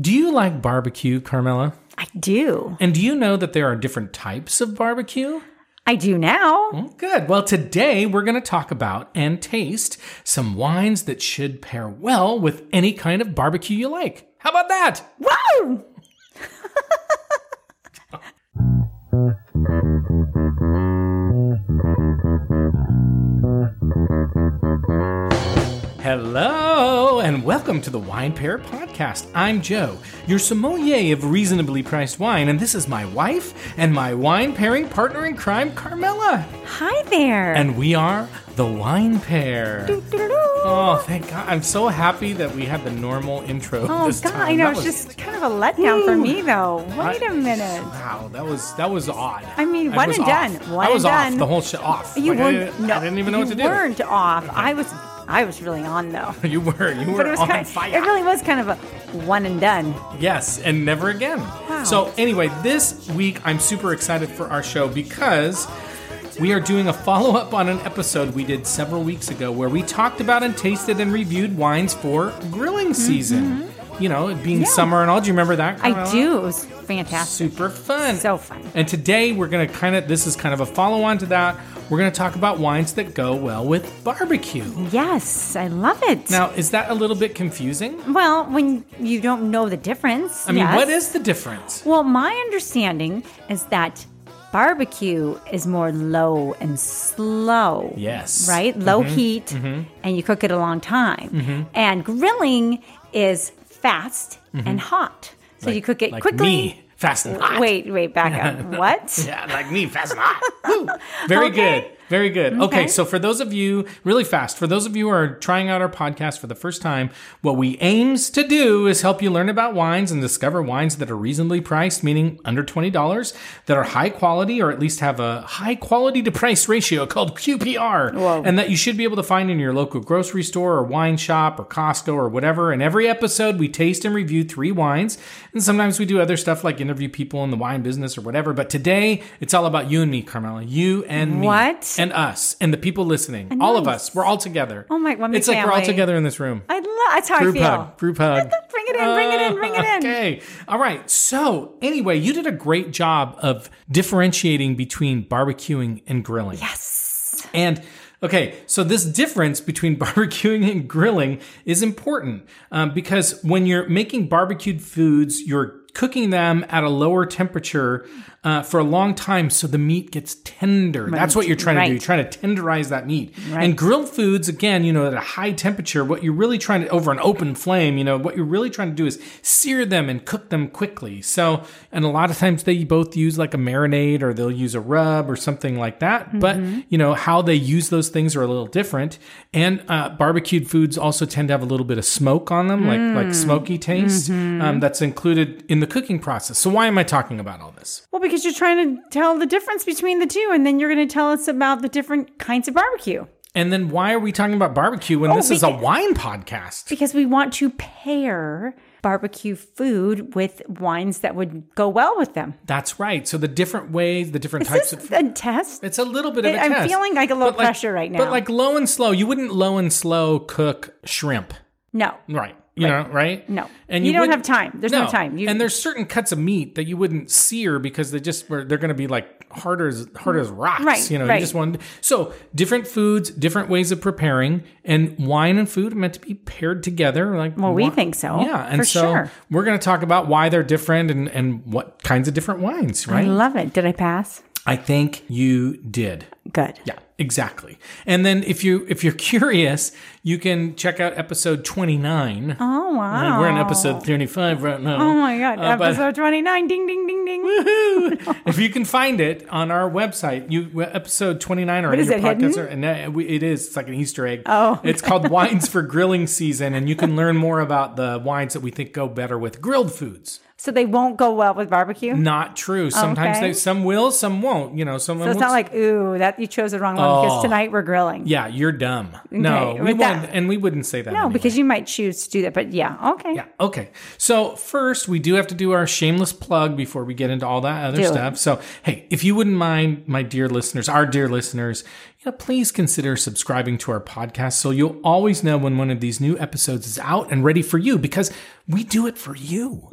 Do you like barbecue, Carmela? I do. And do you know that there are different types of barbecue? I do now. Well, Good. Well, today we're going to talk about and taste some wines that should pair well with any kind of barbecue you like. How about that? Whoa! Hello, and welcome to the Wine Pair Podcast. I'm Joe, your sommelier of reasonably priced wine, and this is my wife and my wine pairing partner in crime, Carmela. Hi there. And we are the Wine Pair. Doo-doo-doo. Oh, thank God. I'm so happy that we had the normal intro. Oh this God! time. I know That it's was- just kind of a letdown for me, though. Wait I- a minute. Wow, that was that was odd. I mean, I one was and off. done. One I was and off done. the whole shit off. You Like, I weren't. didn't- No, I didn't even know you what to weren't off. I was. I was really on though. do. You were you were But it was on kind. Of, fire. it really was kind of a one and done. Yes, and never again. So, anyway, this week I'm super excited for our show because we are doing a follow up on an episode we did several weeks ago where we talked about and tasted and reviewed wines for grilling season. You know, it being Mm-hmm. Yeah. summer and all. Do you remember that? I Carmela? do. It was fantastic. Super fun. So fun. And today we're going to kind of, this is kind of a follow on to that. We're going to talk about wines that go well with barbecue. Yes, I love it. Now, is that a little bit confusing? well, when you don't know the difference. I mean, yes. what is the difference? Well, my understanding is that barbecue is more low and slow. Yes. Mm-hmm. Right? Low heat, and you cook it a long time. And grilling is fast and hot. So you cook it Mm-hmm. like quickly. Me, fast and hot. Wait, wait, back up. What? Yeah, like me, fast and hot. Woo. Very Okay. good. Very good. Okay. Okay. so for those of you, really fast, for those of you who are trying out our podcast for the first time, what we aims to do is help you learn about wines and discover wines that are reasonably priced, meaning under $20, that are high quality or at least have a high quality to price ratio called QPR, and that you should be able to find in your local grocery store or wine shop or Costco or whatever. And every episode, we taste and review three wines, and sometimes we do other stuff like interview people in the wine business or whatever. But today, it's all about you and me, Carmela. You and me. What? And us and the people listening. All of us. We're all together. Oh my- one big It's like we're all family. together in this room. I love that's how Group I feel. hug. Group hug. Bring it in, bring it in, bring it in. Okay. All right. So, anyway, you did a great job of differentiating between barbecuing and grilling. Yes. And okay, so this difference between barbecuing and grilling is important um, because when you're making barbecued foods, you're cooking them at a lower temperature uh, for a long time so the meat gets tender. That's what you're trying to do. Right. You're trying to tenderize that meat. And grilled foods, again, you know, at a high temperature, what you're really trying to, over an open flame, you know, what you're really trying to do is sear them and cook them quickly. So, and a lot of times they both use like a marinade or they'll use a rub or something like that. But, you know, how they use those things are a little different. And uh, barbecued foods also tend to have a little bit of smoke on them, like, like smoky taste um, that's included in the cooking process. So, why am I talking about all this? Well, because you're trying to tell the difference between the two, and then you're going to tell us about the different kinds of barbecue. And then why are we talking about barbecue when this is a beca- wine podcast? because we want to pair barbecue food with wines that would go well with them. That's right. So the different ways, the different types Is of. this a test? It's a little bit of a I'm test. feeling like a little But pressure right now. But like low and slow, you wouldn't low and slow cook shrimp, no. right? You know, right? No. You don't wouldn't- have time. There's no time. You- and there's certain cuts of meat that you wouldn't sear because they just were they're going to be like harder as hard as rocks. Right, You know, you right. just want so different foods, different ways of preparing, and wine and food are meant to be paired together. Like Well, we wi- think so. Yeah, and for so sure. we're going to talk about why they're different and and what kinds of different wines, I right? love it. Did I pass? I think you did. Good. Yeah, exactly. And then if you if you're curious, you can check out episode 29. Oh I mean, wow. We're in episode 35 right now. Oh my god. Uh, but- episode 29. Ding ding ding ding. Woohoo! if you can find it on our website, you episode 29 or is your it, podcast hidden? or, and uh, we- it is it's like an Easter egg. Oh. It's called Wines for Grilling Season and you can learn more about the wines that we think go better with grilled foods. So they won't go well with barbecue. Not true. Sometimes Oh, Okay. they some will, some won't, you know, someone So it's will not like ooh that you chose the wrong one because tonight we're grilling. Oh. Yeah, you're dumb. No, Okay, we with that- wouldn't, and we wouldn't say that. No, anyway. because you might choose to do that. But yeah, okay. Yeah. Okay. So first, we do have to do our shameless plug before we get into all that other Do it. stuff. So hey, if you wouldn't mind, my dear listeners, our dear listeners, you know, please consider subscribing to our podcast so you'll always know when one of these new episodes is out and ready for you because we do it for you.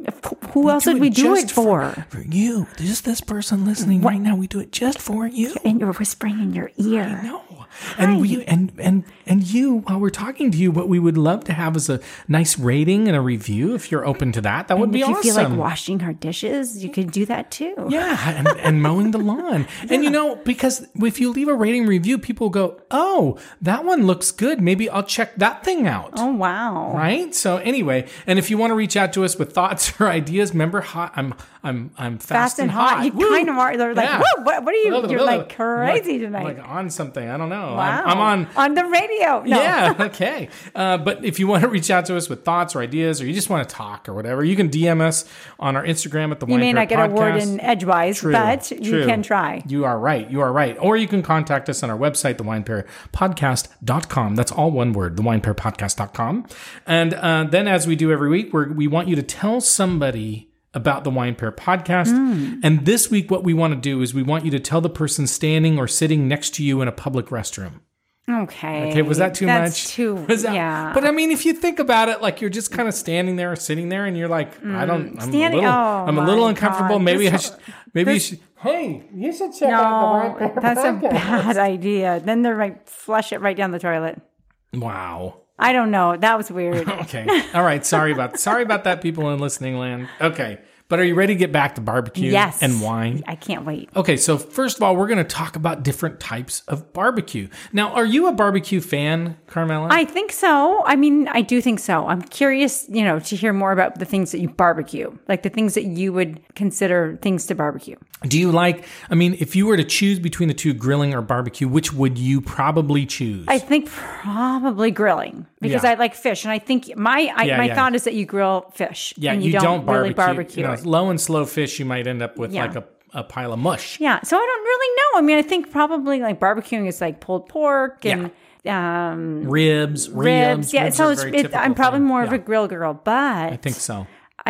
Who else would we do it just for? For you, just this person listening right now. We do it just for you. And you're whispering in your ear. No. And we and and and you while we're talking to you, what we would love to have is a nice rating and a review if you're open to that. That would And be if you awesome. feel like washing our dishes, you could do that too. yeah, and, and mowing the lawn. And you know, because if you leave a rating review, people go, Oh, that one looks good. Maybe I'll check that thing out. Oh wow. Right. So anyway, and if you want to reach out to us with thoughts or ideas, remember, hot. I'm I'm I'm fast, Fast and hot. You Woo! kind of are. They're like, "Whoa, what- what are you- Blah, blah, you're blah, like blah. I'm like- crazy I'm tonight. like on something. I don't know. Wow. I'm, I'm on on the radio. No. yeah, okay. Uh, but if you want to reach out to us with thoughts or ideas, or you just want to talk or whatever, you can DM us on our Instagram at the You may not get a word in edgewise, True, but true. you can try. You are right. You are right. Or you can contact us on our website, thewinepairpodcast.com. That's all one word, thewinepairpodcast.com. And uh, then, as we do every week, we're, we want you to tell somebody about the Wine Pair podcast. Mm. And this week, what we want to do is we want you to tell the person standing or sitting next to you in a public restroom. Okay. Okay, was that too That's much? Too. Was that- yeah. But I mean, if you think about it, like you're just kind of standing there, or sitting there, and you're like, I don't. I'm Mm, Standing- a little. oh I'm a little my uncomfortable. God, Maybe I this- should. Maybe you should. Hey, you should check no, out the Wine Pair that's a podcast. bad idea. Then they're like flush it right down the toilet. Wow. I don't know. That was weird. Okay. All right. Sorry about. sorry about that, people in listening land. Okay. But are you ready to get back to barbecue yes. and wine? I can't wait. Okay, so first of all, we're going to talk about different types of barbecue. Now, are you a barbecue fan, Carmela? I think so. I mean, I do think so. I'm curious, you know, to hear more about the things that you barbecue, like the things that you would consider things to barbecue. Do you like, I mean, if you were to choose between the two, grilling or barbecue, which would you probably choose? I think probably grilling because Yeah. I like fish, and I think my I, Yeah, my yeah. thought is that you grill fish. yeah, and you, don't, really barbecue. You know, it. low and slow fish, you might end up with Yeah. like a, a pile of mush. yeah, so I don't really know. I mean, I think probably like barbecuing is like pulled pork and um, Ribs, ribs. ribs. Yeah, ribs so are it's, very it, typical I'm probably thing. more of Yeah, a grill girl, but I, I think so.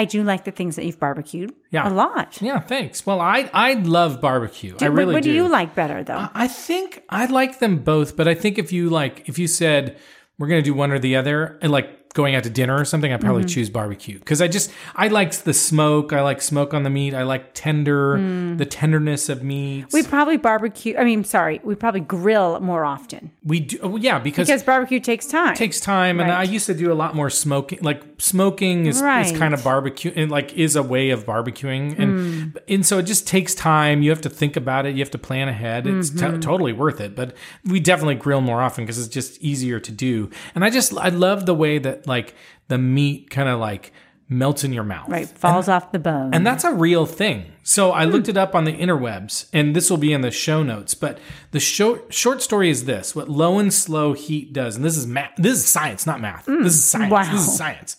do like the things that you've barbecued Yeah. a lot. Yeah, thanks. Well, I I love barbecue. I What- really what, do. do you like better though? I think I like them both, but I think if you like, if you said we're gonna do one or the other, and like going out to dinner or something, I would probably choose barbecue because I just I like the smoke. I like smoke on the meat. I like tender, the tenderness of meat. We probably barbecue. I mean, sorry, we probably grill more often we do, oh, yeah, because. because barbecue takes time. it takes time and Right. i used to do a lot more smoking like smoking is, is Right. kind of barbecue and like is a way of barbecuing Mm. and and so it just takes time you have to think about it you have to plan ahead it's Mm-hmm. to- totally worth it but we definitely grill more often because it's just easier to do and i just i love the way that like the meat kind of like melts in your mouth right, falls off the bone. and that's a real thing. So I looked it up on the interwebs, and this will be in the show notes. But the show, short story is this: what low and slow heat does, and this is math. This is science, not math. this is science. wow. This is science.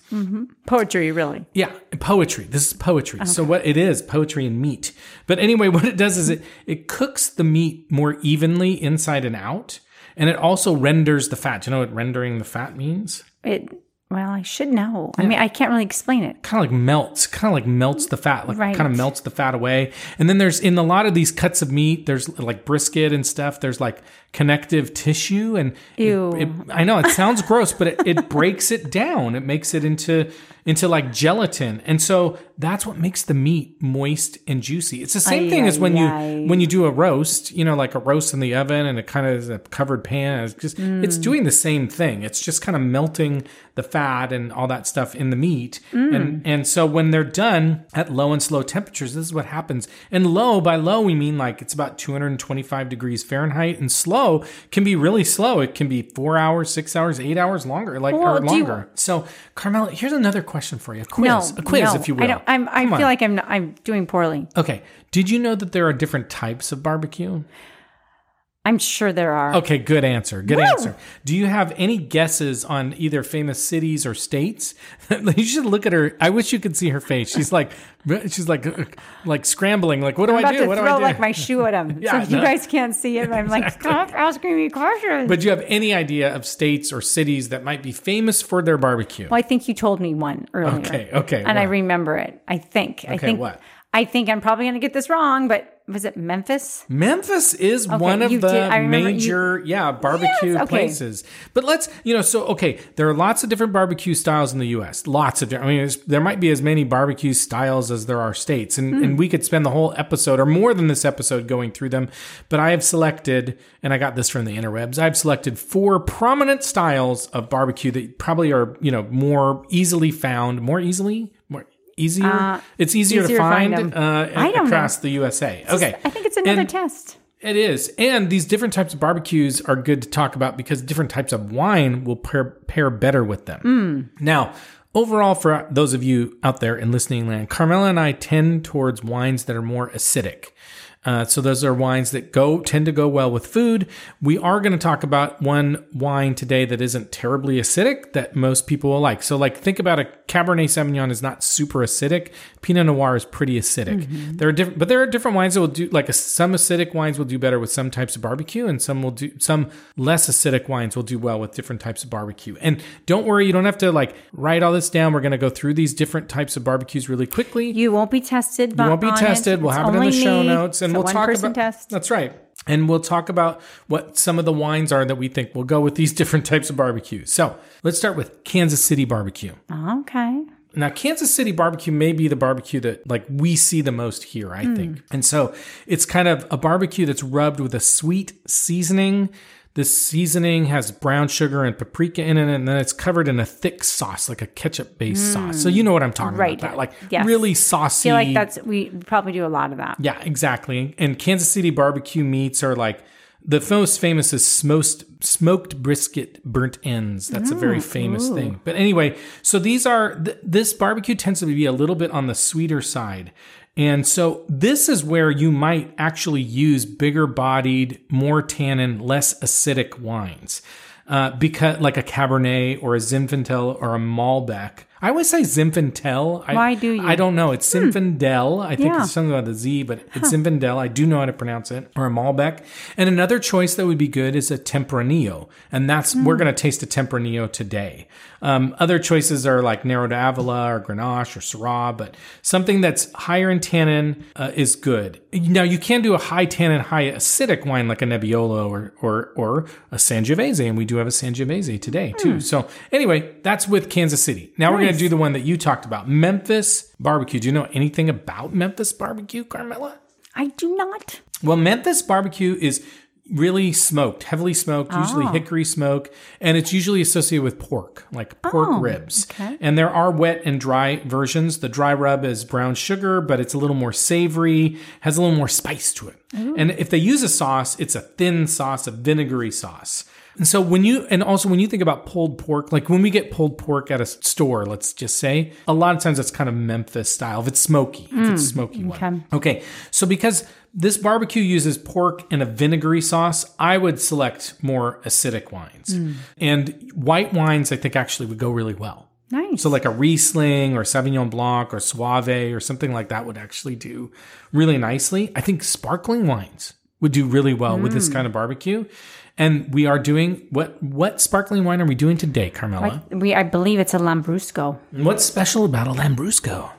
Poetry, really. Yeah, poetry. This is poetry. So what it is, poetry and meat. But anyway, what it does is it it cooks the meat more evenly inside and out, and it also renders the fat. Do you know what rendering the fat means? It. Well, I should know. I mean, I can't really explain it. kind of like melts, kind of like melts the fat, like Right. kind of melts the fat away. And then there's in a lot of these cuts of meat, there's like brisket and stuff. There's like connective tissue, and it- Ew. It, I know it sounds gross, but it, it breaks it down. It makes it into into like gelatin, and so that's what makes the meat moist and juicy. It's the same Ay, thing as ay, when ay. you when you do a roast, you know, like a roast in the oven, and it kind of is a covered pan. It's just it's Mm. doing the same thing. It's just kind of melting the fat and all that stuff in the meat, Mm. and and so when they're done at low and slow temperatures, this is what happens. And low by low we mean like it's about 225 degrees Fahrenheit, and slow can be really slow. It can be four hours, six hours, eight hours longer, like Well, or do you- longer. so Carmela, here's another question for you: a quiz, no, a quiz, no, if you will. I don't. I'm, I Come feel on. like I'm. Not, I'm doing poorly. Okay. Did you know that there are different types of barbecue? I'm sure there are. Okay, good answer. Good answer. Do you have any guesses on either famous cities or states? you should look at her. I wish you could see her face. She's like, she's like, like scrambling. Like, what do I'm I about do? to What do throw I do? like my shoe at him, Yeah, so you no. guys can't see it. But I'm like, stop asking me questions. but do you have any idea of states or cities that might be famous for their barbecue? well, I think you told me one earlier. Okay, okay. and I wow. remember it. I think. I think. what? I think I'm probably going to get this wrong, but was it Memphis? Memphis is one of you the did- I remember you- major, yeah, barbecue Yes, okay. places. But let's, you know, so okay, there are lots of different barbecue styles in the U.S. Lots of different. I mean, there's- there might be as many barbecue styles as there are states, and Hmm. and we could spend the whole episode or more than this episode going through them. But I have selected, and I got this from the interwebs. I've selected four prominent styles of barbecue that probably are, you know, more easily found, more easily, more. Easier, it's easier, Uh, to easier to find find, them. uh, I don't know. across the USA. Okay, I think it's another And- test. it is. And these different types of barbecues are good to talk about because different types of wine will pair, pair better with them. Now, overall, for those of you out there in listening land, Carmela and I tend towards wines that are more acidic. Uh, so those are wines that go tend to go well with food. We are going to talk about one wine today that isn't terribly acidic that most people will like. So like think about a Cabernet Sauvignon is not super acidic. Pinot Noir is pretty acidic. Mm-hmm. There are different, but there are different wines that will do like some acidic wines will do better with some types of barbecue, and some will do some less acidic wines will do well with different types of barbecue. And don't worry, you don't have to like write all this down. We're going to go through these different types of barbecues really quickly. You won't be tested. But It won't be on tested. We'll It's have it in only the show me. notes, and It's a we'll talk one-person about. test. That's right. And we'll talk about what some of the wines are that we think will go with these different types of barbecues. So let's start with Kansas City barbecue. Okay. Now, Kansas City barbecue may be the barbecue that like we see the most here, Hmm. I think. And so it's kind of a barbecue that's rubbed with a sweet seasoning. This seasoning has brown sugar and paprika in it, and then it's covered in a thick sauce, like a ketchup-based sauce. So you know what I'm talking Hmm. Right. about. That like Yes. really saucy. I feel like that's we probably do a lot of that. Yeah, exactly. And Kansas City barbecue meats are like the most famous is smoked, smoked brisket burnt ends. That's a Mm, very famous thing. But anyway, so these are th- this barbecue tends to be a little bit on the sweeter side. And so this is where you might actually use bigger bodied, more tannin, less acidic wines. Uh, because like a Cabernet or a Zinfandel or a Malbec. I always say Zinfandel. I, Why do you? I don't know. It's Zinfandel. I think Yeah. it's something about the Z, but it's Zinfandel. I do know how to pronounce it, or a Malbec. And another choice that would be good is a Tempranillo, and that's we're going to taste a Tempranillo today. Um, other choices are like Nero d'Avola or Grenache or Syrah, but something that's higher in tannin uh, is good. Now you can do a high tannin, high acidic wine like a Nebbiolo or or or a Sangiovese, and we do have a Sangiovese today too. So anyway, that's with Kansas City. Now we're going to do the one that you talked about, Memphis barbecue. Do you know anything about Memphis barbecue, Carmela? I do not. Well, Memphis barbecue is really smoked, heavily smoked, usually hickory smoke, and it's usually associated with pork, like pork ribs. okay. And there are wet and dry versions. The dry rub is brown sugar, but it's a little more savory, has a little more spice to it. And if they use a sauce, it's a thin sauce, a vinegary sauce. And so when you and also when you think about pulled pork, like when we get pulled pork at a s- store, let's just say, a lot of times that's kind of Memphis style. If it's smoky, if it's smoky one. Okay. So because this barbecue uses pork and a vinegary sauce, I would select more acidic wines. And white wines I think actually would go really well. Nice. So like a Riesling or Sauvignon Blanc or Suave or something like that would actually do really nicely. I think sparkling wines would do really well with this kind of barbecue. And we are doing what what sparkling wine are we doing today, Carmela? we, I believe it's a Lambrusco. What's special about a Lambrusco?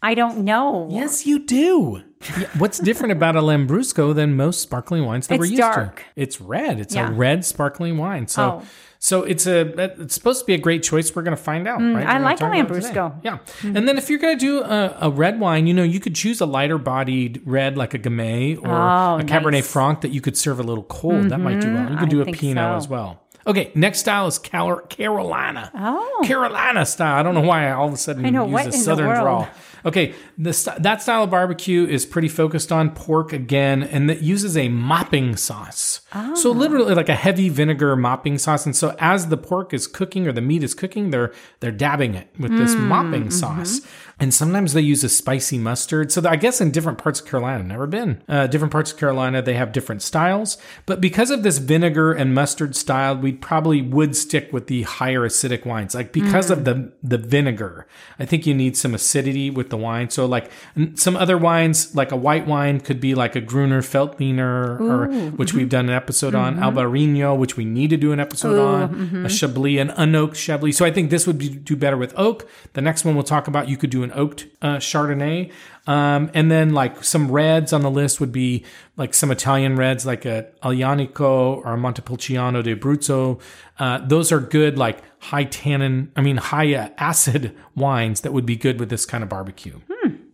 I don't know. Yes, you do. Yeah, What's different about a Lambrusco than most sparkling wines that It's we're used dark. to? It's red. It's Yeah. a red sparkling wine. So Oh. so it's a it's supposed to be a great choice. We're going to find out, right? Mm, I We're gonna like a talk about it today. Lambrusco. Mm-hmm. Yeah. And then if you're going to do a, a red wine, you know, you could choose a lighter bodied red like a Gamay or Oh, a Cabernet nice. Mm-hmm. Franc that you could serve a little cold. That might do well. You could I do a think Pinot so. as well. Okay, next style is Cal- Carolina. Oh. Carolina style. I don't know why I all of a sudden know, used what a in the southern world? drawl. Okay, the, st- that style of barbecue is pretty focused on pork again, and that uses a mopping sauce. Ah. So literally like a heavy vinegar mopping sauce. And so Mm, mm-hmm. as the pork is cooking or the meat is cooking, they're they're dabbing it with this mopping sauce. And sometimes they use a spicy mustard. So I guess in different parts of Carolina, I've never been. Uh, different parts of Carolina, they have different styles. But because of this vinegar and mustard style, we probably would stick with the higher acidic wines. Like because of the the vinegar, I think you need some acidity with the wine. So like n- some other wines, like a white wine, could be like a Gruner Veltliner, or which we've done an episode on Albarino, which we need to do an episode on a Chablis, an unoaked Chablis. So I think this would be, do better with oak. The next one we'll talk about, you could do an oaked uh, Chardonnay. Um, and then like some reds on the list would be like some Italian reds, like a Alianico or a Montepulciano di Abruzzo. Uh, those are good, like high tannin, I mean, high uh, acid wines that would be good with this kind of barbecue.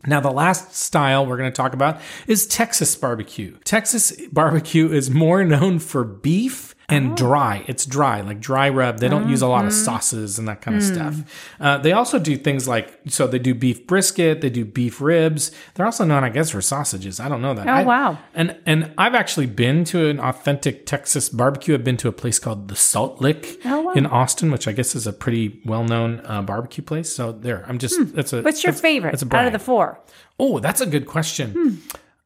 Now, the last style we're going to talk about is Texas barbecue. Texas barbecue is more known for beef and Oh. dry. It's dry, like dry rub. They don't use a lot of Mm-hmm. sauces and that kind Hmm. of stuff. Uh, they also do things like so they do beef brisket, they do beef ribs. They're also known, I guess, for sausages. I don't know that. Oh wow. And and I've actually been to an authentic Texas barbecue. I've been to a place called the Salt Lick Oh, wow. in Austin, which I guess is a pretty well-known uh, barbecue place. So there, I'm just that's a. Hmm. What's your that's- favorite That's a out brag. of the four? Oh, that's a good question. Hmm.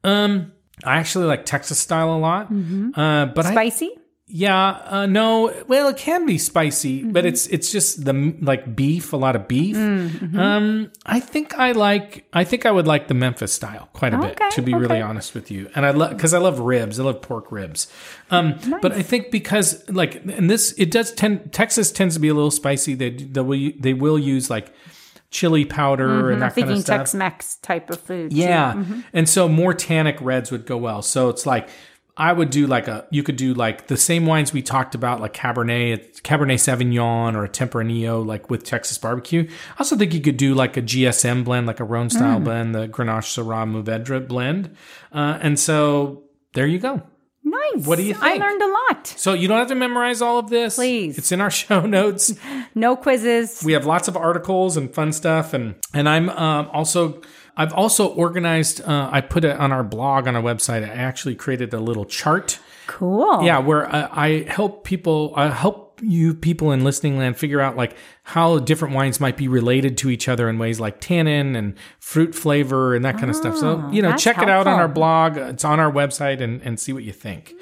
Um, I actually like Texas style a lot, Mm-hmm. uh, but I Spicy? yeah, uh, no. Well, it can be spicy, but Mm-hmm. it's it's just the m- like beef, a lot of beef. Mm-hmm. Um, I think I like. I think I would like the Memphis style quite a Okay, bit, to be really okay. honest with you. And I love because I love ribs. I love pork ribs. Um, but I think because like and this, it does tend Texas tends to be a little spicy. They they will they will use like chili powder and Mm-hmm. that I'm kind of thinking stuff. Tex-Mex type of food. Yeah. And so more tannic reds would go well. So it's like I would do like a you could do like the same wines we talked about like Cabernet Cabernet Sauvignon or a Tempranillo like with Texas barbecue. I also think you could do like a GSM blend like a Rhone style blend, the Grenache Syrah Mourvedre blend. Uh, and so there you go. too. Nice. What do you I think? learned a lot. So you don't have to memorize all of this. Please. It's in our show notes. No quizzes. we have lots of articles and fun stuff and and i'm um, also i've also organized uh, i put it on our blog on our website i actually created a little chart cool. yeah where uh, I, I help people i help you people in listening land figure out like how different wines might be related to each other in ways like tannin and fruit flavor and that kind of stuff so you know Ah, that's check it out on helpful. Mm. our blog it's on our website and, and see what you think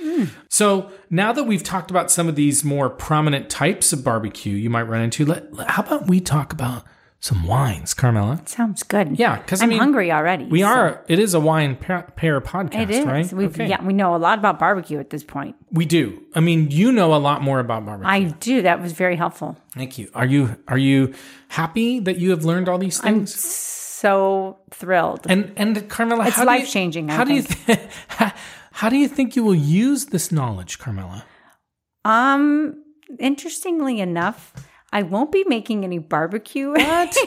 so now that we've talked about some of these more prominent types of barbecue you might run into let, let- how about we talk about some wines carmela Sounds good. yeah because i I'm mean hungry already. we are it is a wine pair, pair podcast It is. right We've, Yeah, we know a lot about barbecue at this point. we do i mean you know a lot more about barbecue I do. That was very helpful. Thank you. Are you are you happy that you have learned all these things? So thrilled. and and Carmela, it's life-changing, I How do you th- how, how do you think you will use this knowledge, Carmela? Um, interestingly enough, I won't be making any barbecue. What?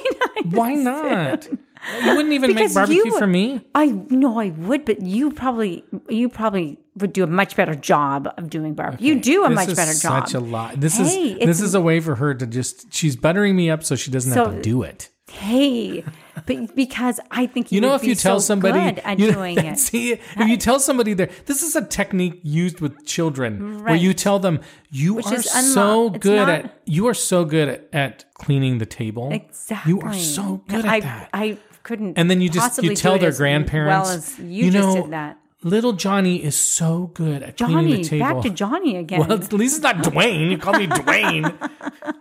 Why not? You wouldn't even make Because barbecue you- for me. I know I would, but you probably you probably would do a much better job of doing barbecue. You do a this much is better job. Such a lot. This Hey, is it's- this is a way for her to just. She's buttering me up so she doesn't have So- to do it. hey, but because I think you, You know, would if be you tell so somebody good at you know, doing it. See, if you tell somebody there, this is a technique used with children where you Right. tell them you are is so unlo- it's good not- at you are so good at, at cleaning the table. Exactly. You are so good I, at that. I couldn't. And then you just possibly you tell do it their as grandparents. Well, as you, know, just did that, Little Johnny is so good at cleaning Johnny. the Back table. to Johnny again. well, at least it's not Dwayne. You call me Dwayne.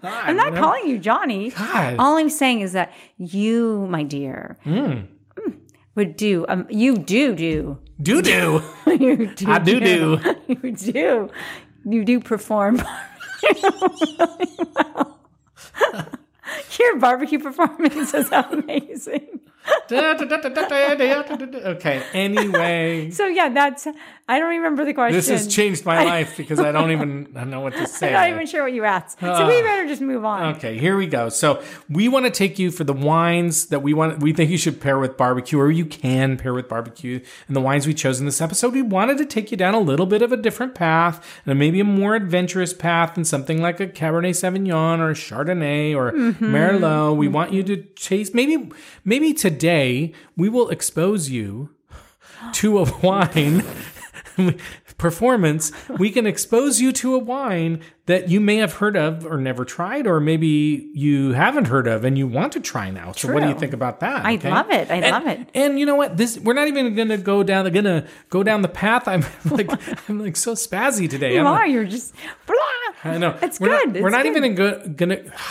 I'm not calling you Johnny. God. All I'm saying is that you, my dear, Hmm. mm, would do. Um, you do do. Doo doo. you do. I do do. You do. You do perform. Your barbecue performance is amazing. okay. Anyway. So yeah, that's. I don't remember the question. This has changed my life because I don't even I know what to say. I'm not even sure what you asked. So we better just move on. Ah. Okay, here we go. So we want to take you for the wines that we want. We think you should pair with barbecue, or you can pair with barbecue. And the wines we chose in this episode, we wanted to take you down a little bit of a different path, and maybe a more adventurous path than something like a Cabernet Sauvignon or a Chardonnay or Merlot. We want you to chase. Maybe, maybe today we will expose you to a wine performance, we can expose you to a wine that you may have heard of or never tried, or maybe you haven't heard of and you want to try now. So, what do you True. think about that? I okay? love it. I And- love it. And you know what? This we're not even gonna go down. Gonna go down the path. I'm like I'm like so spazzy today. I You don't know. are. You're just blah. I know. It's we're good. Not, it's we're not good. even in go- gonna.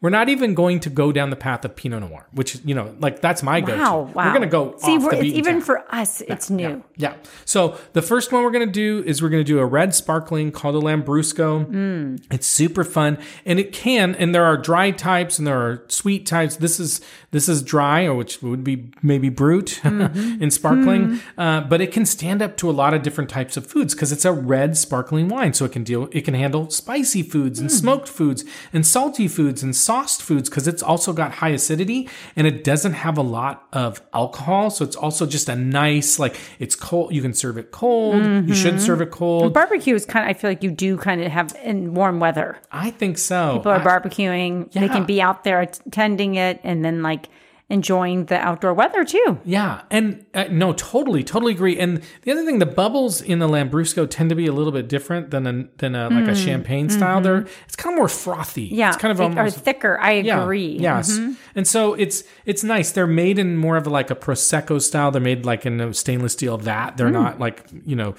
We're not even going to go down the path of Pinot Noir, which you know, like that's my go-to. Wow! Wow! We're gonna go See, off we're, the it's beaten even path. for us. It's new. Yeah. So the first one we're going to do is we're going to do a red sparkling called a Lambrusco. It's super fun and it can and there are dry types and there are sweet types. This is this is dry or which would be maybe brut Mm-hmm. and sparkling, Hmm. uh, but it can stand up to a lot of different types of foods because it's a red sparkling wine. So it can deal it can handle spicy foods Hmm. and smoked foods and salty foods and sauced foods because it's also got high acidity and it doesn't have a lot of alcohol. So it's also just a nice like it's cold. You can serve it cold. You should Mm-hmm. serve it cold. Barbecue is kind of. I feel like you do kind of have in warm weather. I think so. People are I- barbecuing. They Yeah. can be out there attending it and then like enjoying the outdoor weather too. Yeah, and uh, no, totally, totally agree. And the other thing, the bubbles in a Lambrusco tend to be a little bit different than a, than a, like a champagne style. They're it's kind of more frothy. Hmm. Mm-hmm. Yeah, it's kind of they are almost thicker. I yeah, agree. Yes, and so it's it's nice. They're made in more of like a prosecco style. They're made like in a stainless steel vat. They're not like you know.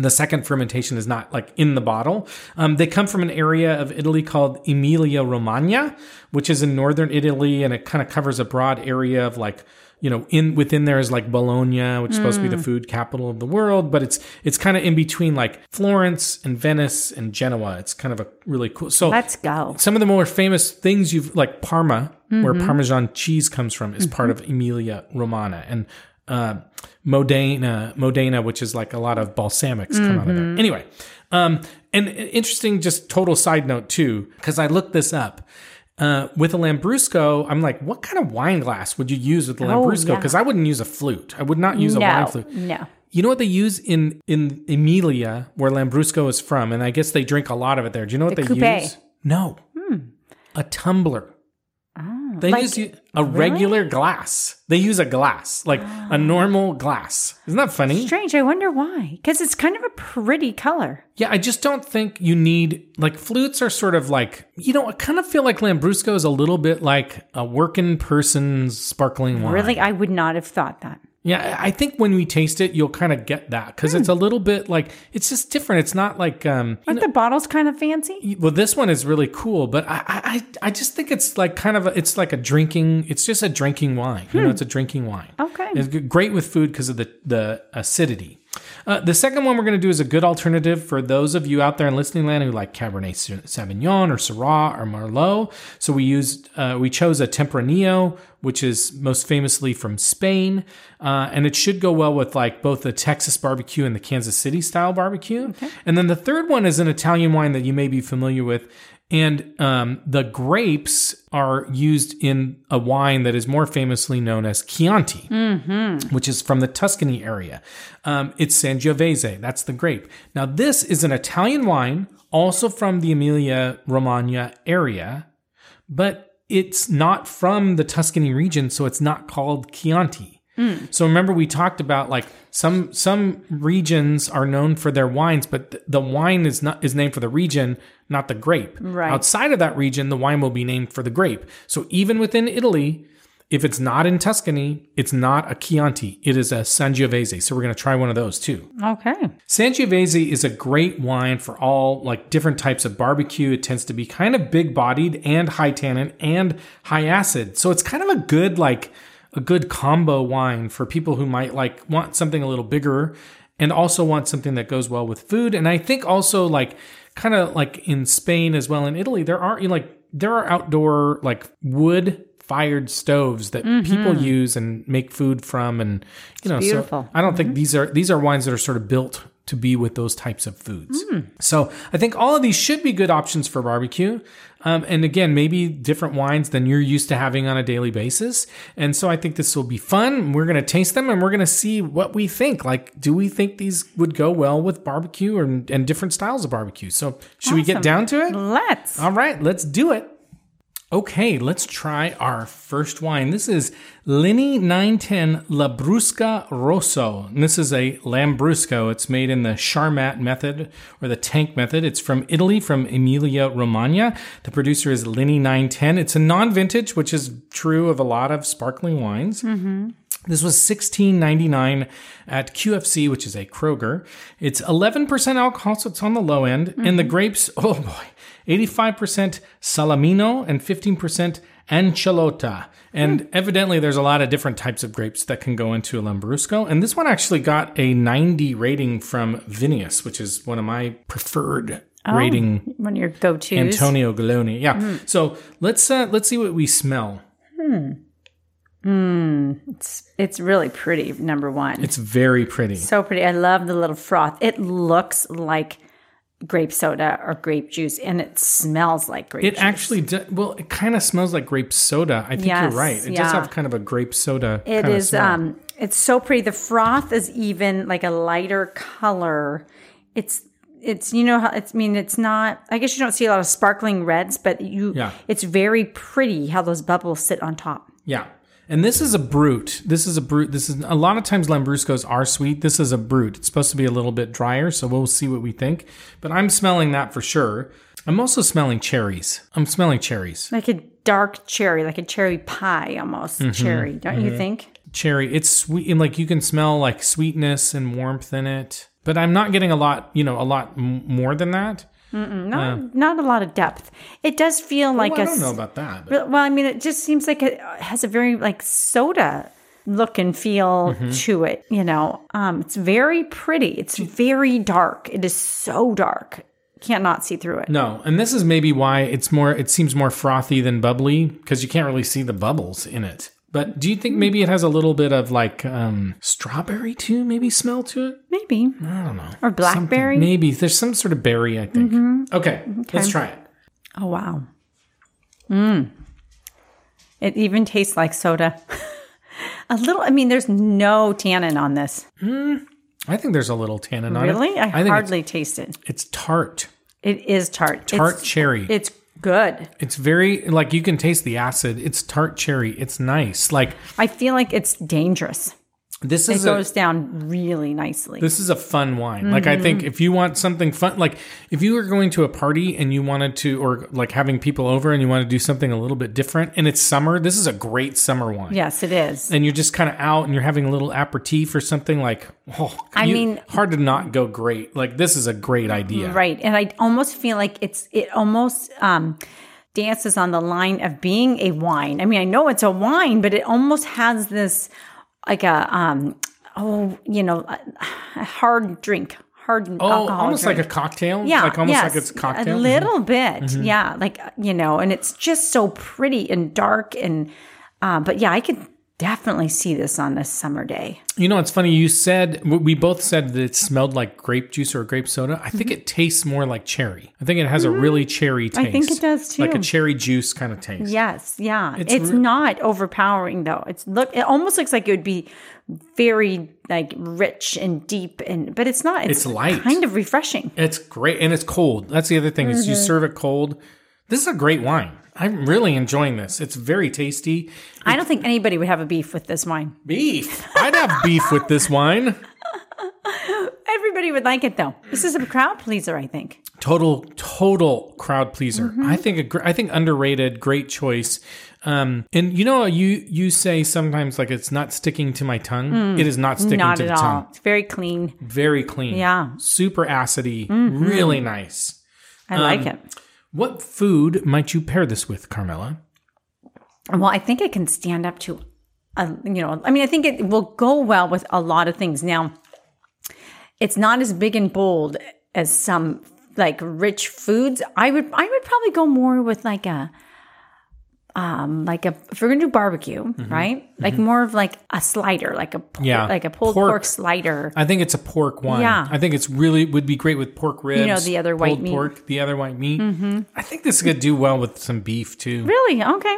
The second fermentation is not like in the bottle. Um, they come from an area of Italy called Emilia Romagna, which is in northern Italy, and it kind of covers a broad area of like you know in within there is like Bologna, which is supposed to be the food capital of the world, but it's it's kind of in between like Florence and Venice and Genoa. It's kind of a really cool. So Let's go. some of the more famous things you've like Parma, where Mm-hmm. Parmesan cheese comes from, is part of Emilia Romana and uh, Modena, Modena, which is like a lot of balsamics come out of Mm-hmm. there. Anyway, um, and interesting, just total side note too, because I looked this up. Uh, with a Lambrusco, I'm like, what kind of wine glass would you use with a Lambrusco? Oh, yeah. Because I wouldn't use a flute. I would not use a wine No, flute. no. You know what they use in in Emilia, where Lambrusco is from, and I guess they drink a lot of it there. Do you know what The they coupé. use? No, a tumbler. They Ah, like- use u- a regular glass. They use a glass, like Ah. a normal glass. Isn't that funny? Strange. I wonder why. Because it's kind of a pretty color. Yeah, I just don't think you need like flutes are sort of like you know I kind of feel like Lambrusco is a little bit like a working person's sparkling wine. Really, I would not have thought that. Yeah, I I think when we taste it, you'll kind of get that because Hmm. it's a little bit like it's just different. It's not like um, Aren't the bottles kind of fancy? well this one is really cool but i i i I just think it's like kind of a, it's like a drinking it's just a drinking wine you know it's a drinking wine Okay. it's g- great with food because of the the acidity uh, the second one we're going to do is a good alternative for those of you out there in listening land who like cabernet Sau- sauvignon or syrah or merlot so we used uh, we chose a tempranillo which is most famously from spain uh, and it should go well with like both the texas barbecue and the kansas city style barbecue and then the third one is an italian wine that you may be familiar with and um, the grapes are used in a wine that is more famously known as Chianti, which is from the Tuscany area. Um, it's Sangiovese, that's the grape. Now, this is an Italian wine, also from the Emilia Romagna area, but it's not from the Tuscany region, so it's not called Chianti. So remember we talked about like some some regions are known for their wines, but th- the wine is not is named for the region, not the grape. Right. Outside of that region, the wine will be named for the grape. So even within Italy, if it's not in Tuscany, it's not a Chianti. It is a Sangiovese. So we're going to try one of those too. Okay. Sangiovese is a great wine for all like different types of barbecue. It tends to be kind of big bodied and high tannin and high acid. So it's kind of a good like a good combo wine for people who might like want something a little bigger and also want something that goes well with food. And I think also like kind of like in Spain as well in Italy, there are you know, like there are outdoor like wood fired stoves that people use and make food from and you know so beautiful. I don't think these are these are wines that are sort of built to be with those types of foods. So I think all of these should be good options for barbecue. Um, and again, maybe different wines than you're used to having on a daily basis. And so I think this will be fun. We're going to taste them and we're going to see what we think. Like, do we think these would go well with barbecue or, and different styles of barbecue? So should we get Awesome. down to it? Let's. All right, let's do it. Okay, let's try our first wine. This is Linny 910 Labrusca Rosso. And this is a Lambrusco. It's made in the Charmat method or the tank method. It's from Italy, from Emilia Romagna. The producer is Linny 910. It's a non vintage, which is true of a lot of sparkling wines. This was 16.99 at QFC, which is a Kroger. It's 11% alcohol, so it's on the low end. And the grapes, oh boy, 85% Salamino and 15% Ancelota. And evidently, there's a lot of different types of grapes that can go into a Lambrusco. And this one actually got a 90 rating from Vinius, which is one of my preferred rating One of your go-tos. Antonio Galone. Yeah. So let's uh, let's see what we smell. it's, it's really pretty, number one. It's very pretty. so pretty. I love the little froth. It looks like grape soda or grape juice, and it smells like grape It juice. actually, do, well, it kind of smells like grape soda. I think Yes, you're right. It does yeah. have kind of a grape soda. It kinda is. smell. Um, it's so pretty. The froth is even like a lighter color. It's. It's you know how it's I mean it's not I guess you don't see a lot of sparkling reds but you Yeah. it's very pretty how those bubbles sit on top. yeah. And this is a brute. This is a brute. This is a lot of times Lambruscos are sweet. This is a brute. It's supposed to be a little bit drier, so we'll see what we think. But I'm smelling that for sure. I'm also smelling cherries. I'm smelling cherries. Like a dark cherry, like a cherry pie almost Mm-hmm. cherry, don't you think? Cherry. It's sweet and like you can smell like sweetness and warmth in it. But I'm not getting a lot, you know, a lot m- more than that. Not not a lot of depth. It does feel like Well, Oh, I a don't s- know about that. but- Well, well, I mean, it just seems like it uh, has a very like soda look and feel Mm-hmm. to it. You know, um, it's very pretty. It's very dark. It is so dark. Can't not see through it. No, and this is maybe why it's more. It seems more frothy than bubbly because you can't really see the bubbles in it. But do you think maybe it has a little bit of like um, strawberry too? Maybe smell to it. Maybe I don't know. or blackberry. Maybe there's some sort of berry. I think. Mm-hmm. Okay, let's try it. Oh wow. Mm. It even tastes like soda. a little. I mean, there's no tannin on this. I think there's a little tannin on it. Really, I, I think hardly taste it. it's, it's tart, It is tart. tart It's, cherry. it's good. it's very like you can taste the acid. It's tart cherry. It's nice. Like I feel like it's dangerous. this It is a, goes down really nicely. This is a fun wine. Like I think Mm-hmm. if you want something fun, like if you were going to a party and you wanted to, or like having people over and you want to do something a little bit different, and it's summer, this is a great summer wine. Yes, it is. And you're just kind of out and you're having a little aperitif or something like, oh, I you- mean- Mm-hmm. hard to not go great. Like this is a great idea. Right. And I almost feel like it's it almost um dances on the line of being a wine. I mean, I know it's a wine, but it almost has this like a um oh, you know, a, a hard drink, hard Oh, alcohol almost drink. like a cocktail. yeah, Like almost yes, like it's a cocktail. Mm-hmm. A little bit, yeah. Like you know, and it's just so pretty and dark, and uh, but yeah, I could definitely see this on a summer day. You know, it's funny. You said w- we both said that it smelled like grape juice or grape soda. I think it tastes more like cherry. I think it has a really cherry taste. I think it does, like a too. cherry juice kind of taste. Yes, yeah. It's, re- not overpowering though. It's look it almost looks like it would be very like rich and deep and but it's not. It's, It's light. Kind of refreshing. It's great, and it's cold. That's the other thing is you Mm-hmm. serve it cold. This is a great wine. I'm really enjoying this. It's very tasty. I don't think anybody would have a beef with this wine. Beef. I'd have beef with this wine. Everybody would like it though. This is a crowd pleaser, I think. total total crowd pleaser Mm-hmm. i think a gr- i think underrated great choice um and you know you you say sometimes like it's not sticking to my tongue it is not sticking Mm. Not to at the all. tongue It's very clean. very clean Yeah. Mm-hmm. super acidy really nice I Um, like it. what food might you pair this with carmela Well, I think it can stand up to, a, you know, I mean, I think it will go well with a lot of things. Now, it's not as big and bold as some like rich foods. I would, I would probably go more with like a, um, like a if we're gonna do barbecue, right? Like more of like a slider, like a por- Mm-hmm. Yeah. like a pulled Pork. pork, slider. i think it's a pork wine Yeah. i think it's really would be great with pork ribs know, the other white pulled meat. Mm-hmm. pork the other white meat i think this could do well with some beef too Really? Okay.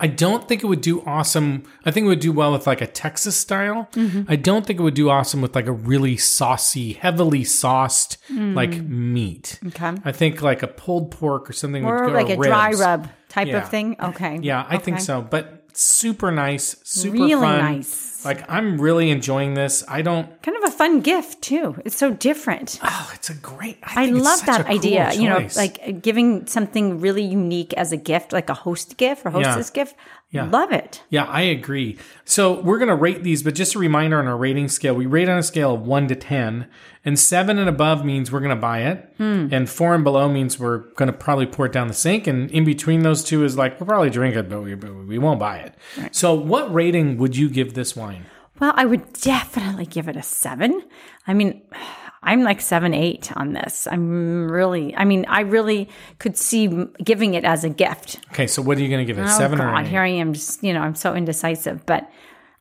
I don't think it would do awesome. I think it would do well with like a Texas style. Mm-hmm. I don't think it would do awesome with like a really saucy, heavily sauced like meat. Mm. Okay. I think like a pulled pork or something Or would go like or a dry ribs. rub type Yeah. of thing? Okay. Yeah, I think Okay. so. But super nice, super Really fun. nice. Like I'm really enjoying this. I don't. Kind of a fun gift too. It's so different. Oh, it's a great. I, I think it's love such a that cool idea. You know, choice. like giving something really unique as a gift, like a host gift or hostess gift. Love it. Yeah, I agree. So we're going to rate these, but just a reminder on our rating scale, we rate on a scale of one to 10, and seven and above means we're going to buy it, Hmm. and four and below means we're going to probably pour it down the sink, and in between those two is like, we'll probably drink it, but we, but we won't buy it. So, what rating would you give this wine? Well, I would definitely give it a seven. I mean, I'm like seven, eight on this. I'm really, I mean, I really could see m- giving it as a gift. Okay, so what are you going to give it? Oh, Seven or God, an eight? here I am, just, you know, I'm so indecisive, but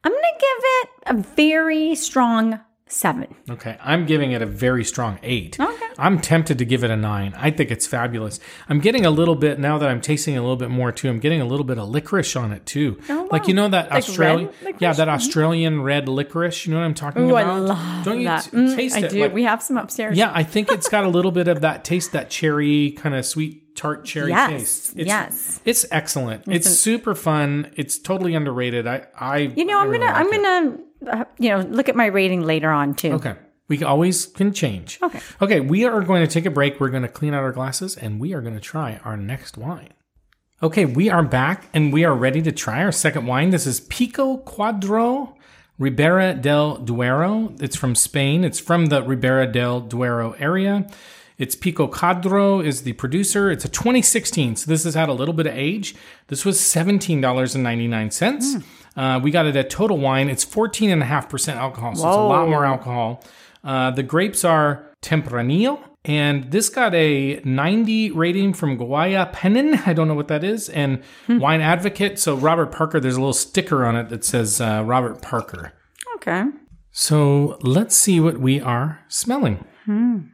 I'm going to give it a very strong seven. Okay, I'm giving it a very strong eight. Okay. I'm tempted to give it a nine. I think it's fabulous. I'm getting a little bit now that I'm tasting a little bit more too. I'm getting a little bit of licorice on it too. Oh, Like wow. you know that Like Australian, red licorice? Mm-hmm. yeah, that Australian red licorice. You know what I'm talking Ooh, about? I love Don't you that. t- Mm, taste I it? do. Like- we have some upstairs. yeah, I think it's got a little bit of that taste, that cherry kind of sweet tart cherry Yes, taste. It's, yes. it's excellent. It's, super fun. It's totally underrated. I, I You know, I'm really gonna, like it. I'm gonna, uh, you know, look at my rating later on too. Okay. We always can change. Okay. Okay, we are going to take a break. We're going to clean out our glasses and we are going to try our next wine. Okay, we are back and we are ready to try our second wine. This is Pico Cuadro Ribera del Duero. It's from Spain. It's from the Ribera del Duero area. It's Pico Cuadro is the producer. It's a 2016, so this has had a little bit of age. This was $17.99. Hmm. Uh, we got it at Total Wine. It's 14.5% alcohol, so it's a lot Whoa. more alcohol. Uh, the grapes are Tempranillo, and this got a 90 rating from Guaya Penin. I don't know what that is, and Wine Advocate. So Robert Parker, there's a little sticker on it that says uh, Robert Parker. Okay. So let's see what we are smelling.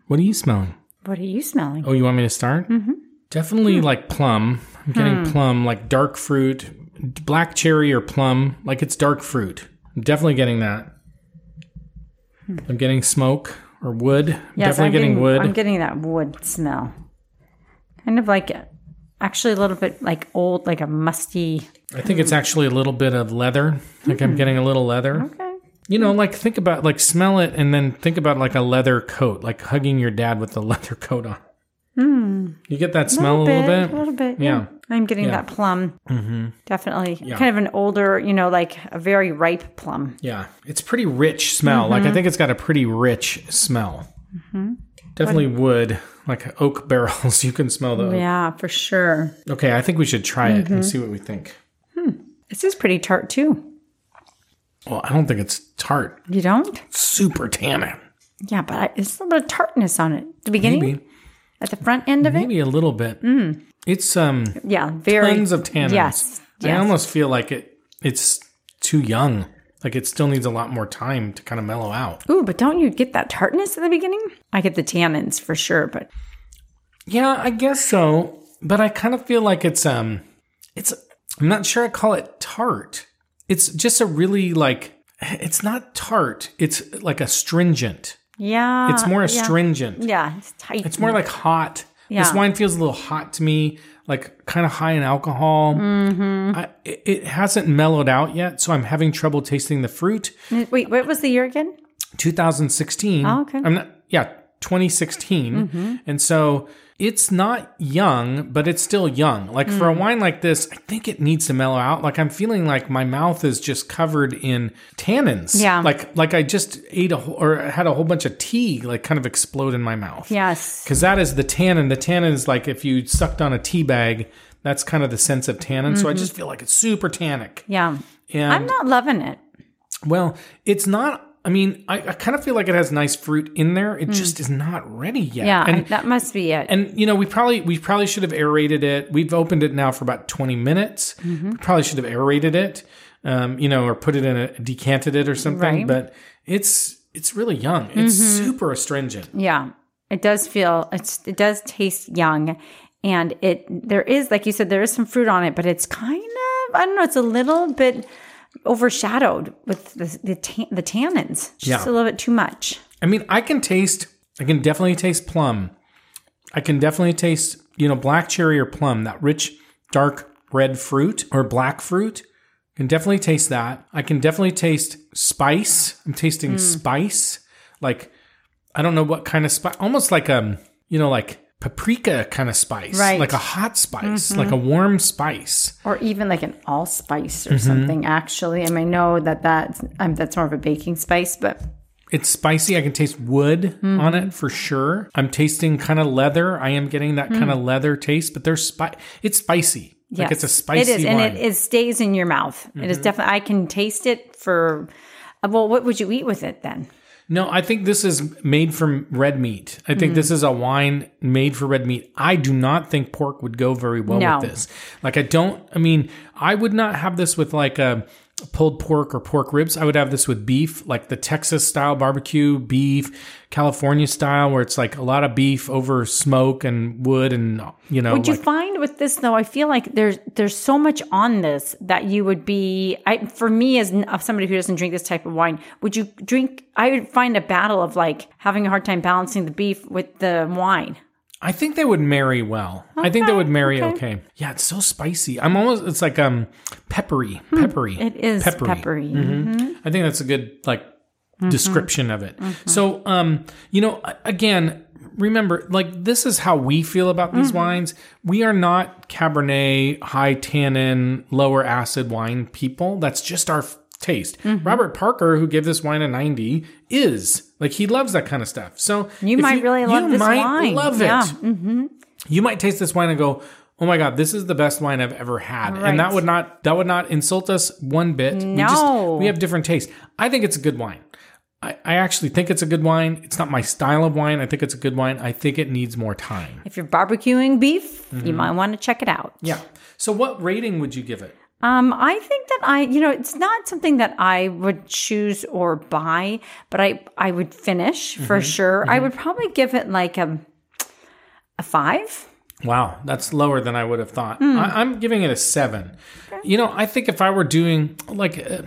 What are you smelling? What are you smelling? Oh, you want me to start? Mm-hmm. Hmm. Definitely like plum. I'm getting plum, like dark fruit, d- black cherry or plum. Like it's dark fruit. I'm definitely getting that. I'm getting smoke or wood. Hmm. I'm Yes, definitely I'm getting, wood. I'm getting that wood smell. Kind of like, actually, a little bit like old, like a musty. I think it's actually a little bit of leather. Like I'm getting a little leather. Okay. You know, like think about like smell it and then think about like a leather coat, like hugging your dad with the leather coat on. You get that smell Hmm. a little bit? A little bit. Yeah. Yeah. I'm getting that plum. Mm-hmm. Definitely. Yeah. Kind of an older, you know, like a very ripe plum. Yeah, it's pretty rich smell. Like I Mm-hmm. think it's got a pretty rich smell. Definitely wood, like oak barrels. You can smell the. oak. Yeah, Mm-hmm. for sure. Okay, I think we should try it and see what we think. This is pretty tart too. Well, I don't think it's tart. You don't? It's super tannin. Yeah, but I, it's a little bit of tartness on it. The beginning? Maybe, At the front end of it? maybe a little bit. It's um Yeah, very. tons of tannins. Mm. Yes. I yes. almost feel like it. It's too young. Like it still needs a lot more time to kind of mellow out. Ooh, but don't you get that tartness at the beginning? I get the tannins for sure, but Yeah, I guess so. But I kind of feel like it's um it's I'm not sure I call it tart. It's just a really like it's not tart. It's like astringent. yeah. It's more Uh, yeah. astringent. Yeah, it's tight. It's more like hot. This Yeah. wine feels a little hot to me, like kind of high in alcohol. Mm-hmm. I, it, it hasn't mellowed out yet, so I'm having trouble tasting the fruit. Wait, what was the year again? 2016. Oh, okay. Mm-hmm. I'm not, yeah, 2016. And so it's not young, but it's still young. Like for Mm. a wine like this, I think it needs to mellow out. Like I'm feeling like my mouth is just covered in tannins. Yeah. Like like I just ate a whole, or had a whole bunch of tea like kind of explode in my mouth. Yes. Because that is the tannin. The tannin is like if you sucked on a tea bag, that's kind of the sense of tannin. So I just feel like it's super tannic. Yeah. And Mm-hmm. I'm not loving it. well, it's not. I mean, I, I kind of feel like it has nice fruit in there. It just is not ready yet. Mm. Yeah, I- and that must be it. and you know, we probably we probably should have aerated it. We've opened it now for about twenty minutes. Mm-hmm. We probably should have aerated it, um, you know, or put it in a decanted it or something. Right. Mm-hmm. But it's it's really young. It's super astringent. yeah. It does feel it's it does taste young and it there is like you said there is some fruit on it, but it's kind of I don't know, it's a little bit overshadowed with the the, tan, the tannins. Just Yeah. a little bit too much. I mean, I can taste. I can definitely taste plum. I can definitely taste you know black cherry or plum. That rich, dark red fruit or black fruit. Can definitely taste that. I can definitely taste spice. I'm tasting spice. Like I don't know what kind of spice. Almost like um, you know, like paprika kind of spice, Right. Like a hot spice, like a warm spice. or even like an allspice or Mm-hmm. something. Actually, I mean, I know that that's um, that's more of a baking spice, but It's spicy. I can taste wood on it for sure. I'm tasting kind of leather. I am getting Hmm. that kind of leather taste, but there's spice. It's spicy. Like it's a spicy Mm-hmm. It is, wine. and it, it stays in your mouth. It is definitely. I can taste it for. uh, Well, what would you eat with it then? No, I think this is made from red meat. I think Mm. this is a wine made for red meat. I do not think pork would go very well No. with this. Like, I don't, I mean, I would not have this with like a pulled pork or pork ribs. I would have this with beef, like the Texas style barbecue, beef, California style, where it's like a lot of beef over smoke and wood and, you know, Would you like, find with this though? I feel like there's there's so much on this that you would be. I for me as n- of somebody who doesn't drink this type of wine, would you drink? I would find a battle of like having a hard time balancing the beef with the wine. I think they would marry well. I think they Okay, would marry okay. okay. Yeah, it's so spicy. I'm almost, it's like um peppery, peppery. Hmm, Mm-hmm. It is peppery. I think that's a good like Mm-hmm. description of it. So, um, you know, a- again, remember, like this is how we feel about Mm-hmm. these wines. We are not Cabernet, high tannin, lower acid wine people. That's just our f- taste. Mm-hmm. Robert Parker, who gave this wine a ninety, is like he loves that kind of stuff. So You if might really love you this might wine. Love it. Yeah. You might taste this wine and go. Oh my god, this is the best wine I've ever had. And that Right. would not that would not insult us one bit. We just- No. we have different tastes. I think it's a good wine. I, I actually think it's a good wine. It's not my style of wine. I think it's a good wine. I think it needs more time. If you're barbecuing beef, Mm-hmm. you might want to check it out. Yeah. So what rating would you give it? Um, I think that I, you know, it's not something that I would choose or buy, but I, I would finish for Mm-hmm. sure. I would probably give it like a, a five. Wow, that's lower than I would have thought. I, I'm giving it a seven. You know, I think if I were doing like, uh,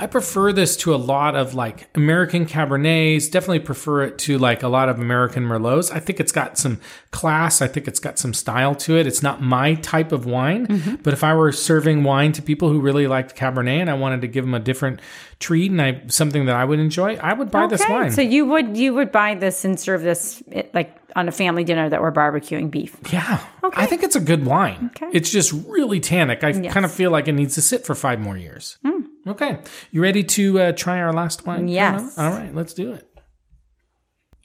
I prefer this to a lot of like American Cabernets. Definitely prefer it to like a lot of American Merlots. I think it's got some class. I think it's got some style to it. It's not my type of wine, but if I were serving wine to people who really liked Cabernet and I wanted to give them a different treat and I something that I would enjoy, I would buy this wine. So you would, you would buy this and serve this it, like on a family dinner that we're barbecuing beef. Yeah. I think it's a good wine. Okay. It's just really tannic. I kind of feel like it needs to sit for five more years. Okay. You ready to uh, try our last wine? Hmm. Yes. Carla? All right. Let's do it.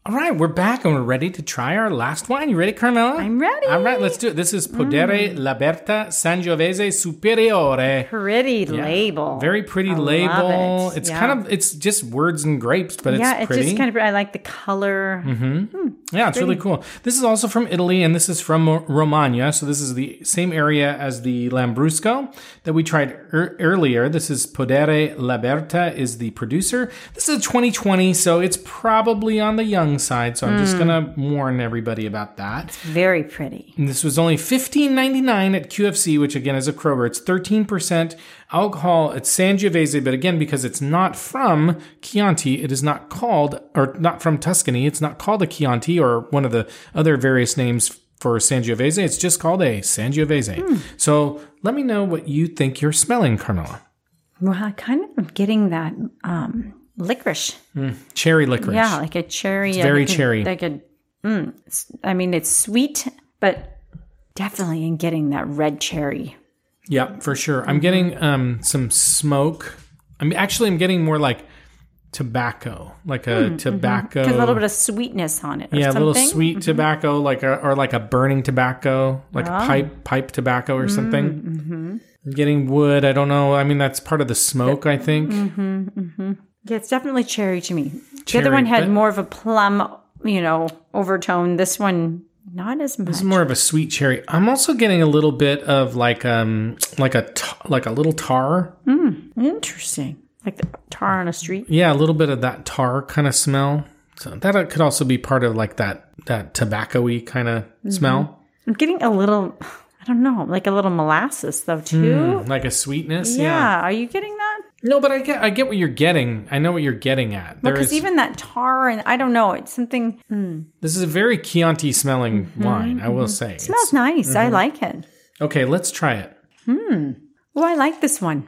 All right. We're back and we're ready to try our last wine. You ready, Carmela? I'm ready. Mm. All right. Let's do it. This is Podere Laberta Sangiovese Superiore. Pretty label. Very pretty I love label. it. It's Yeah. kind of it's just words and grapes, but yeah, it's it's pretty. Mm-hmm. just kind of, I like the color. Yeah, it's really cool. This is also from Italy, and this is from Mo- Romagna. So this is the same area as the Lambrusco that we tried ear earlier. This is Podere Laberta is the producer. This is 2020, so it's probably on the young side. So I'm just gonna warn everybody about that. Very pretty. And this was only $15.99 at QFC, which again is a Kroger. It's 13% alcohol. It's Sangiovese, but again, because it's not from Chianti, it is not called, or not from Tuscany, it's not called a Chianti or one of the other various names for Sangiovese. It's just called a Sangiovese. So let me know what you think you're smelling, Carmela. Well, I kind of am getting that, um, licorice. Cherry licorice. Yeah, like a cherry. It's very like a- cherry. Like a, mm, s- I mean, it's sweet, but definitely in getting that red cherry. Yeah, for sure. I'm getting um some smoke. I'm actually I'm getting more like tobacco, like a tobacco. A little bit of sweetness on it. Or Yeah, a something. Mm-hmm. little sweet tobacco, like a, or like a burning tobacco, like Ah. a pipe pipe tobacco Mm, or something. mm-hmm. Getting wood, I don't know. I mean, that's part of the smoke, I think. Mm-hmm. Yeah, it's definitely cherry to me. the Cherry, other one had but- more of a plum, you know, overtone. This one, not as much. It's more of a sweet cherry. I'm also getting a little bit of like um like a t- like a little tar. Interesting. Like the tar on a street. Yeah, a little bit of that tar kind of smell. So that could also be part of like that that tobacco-y kind of Mm-hmm. smell, I'm getting a little, I don't know, like a little molasses though, too. like a sweetness. Yeah. Hmm, Yeah. Are you getting that? No, but I get I get what you're getting. I know what you're getting at. There Because is- even that tar and I don't know, it's something. This is a very Mm-hmm, Chianti smelling wine, I will say. It's- Mm-hmm. Smells nice. I like it. okay, let's try it. Oh, I like this one.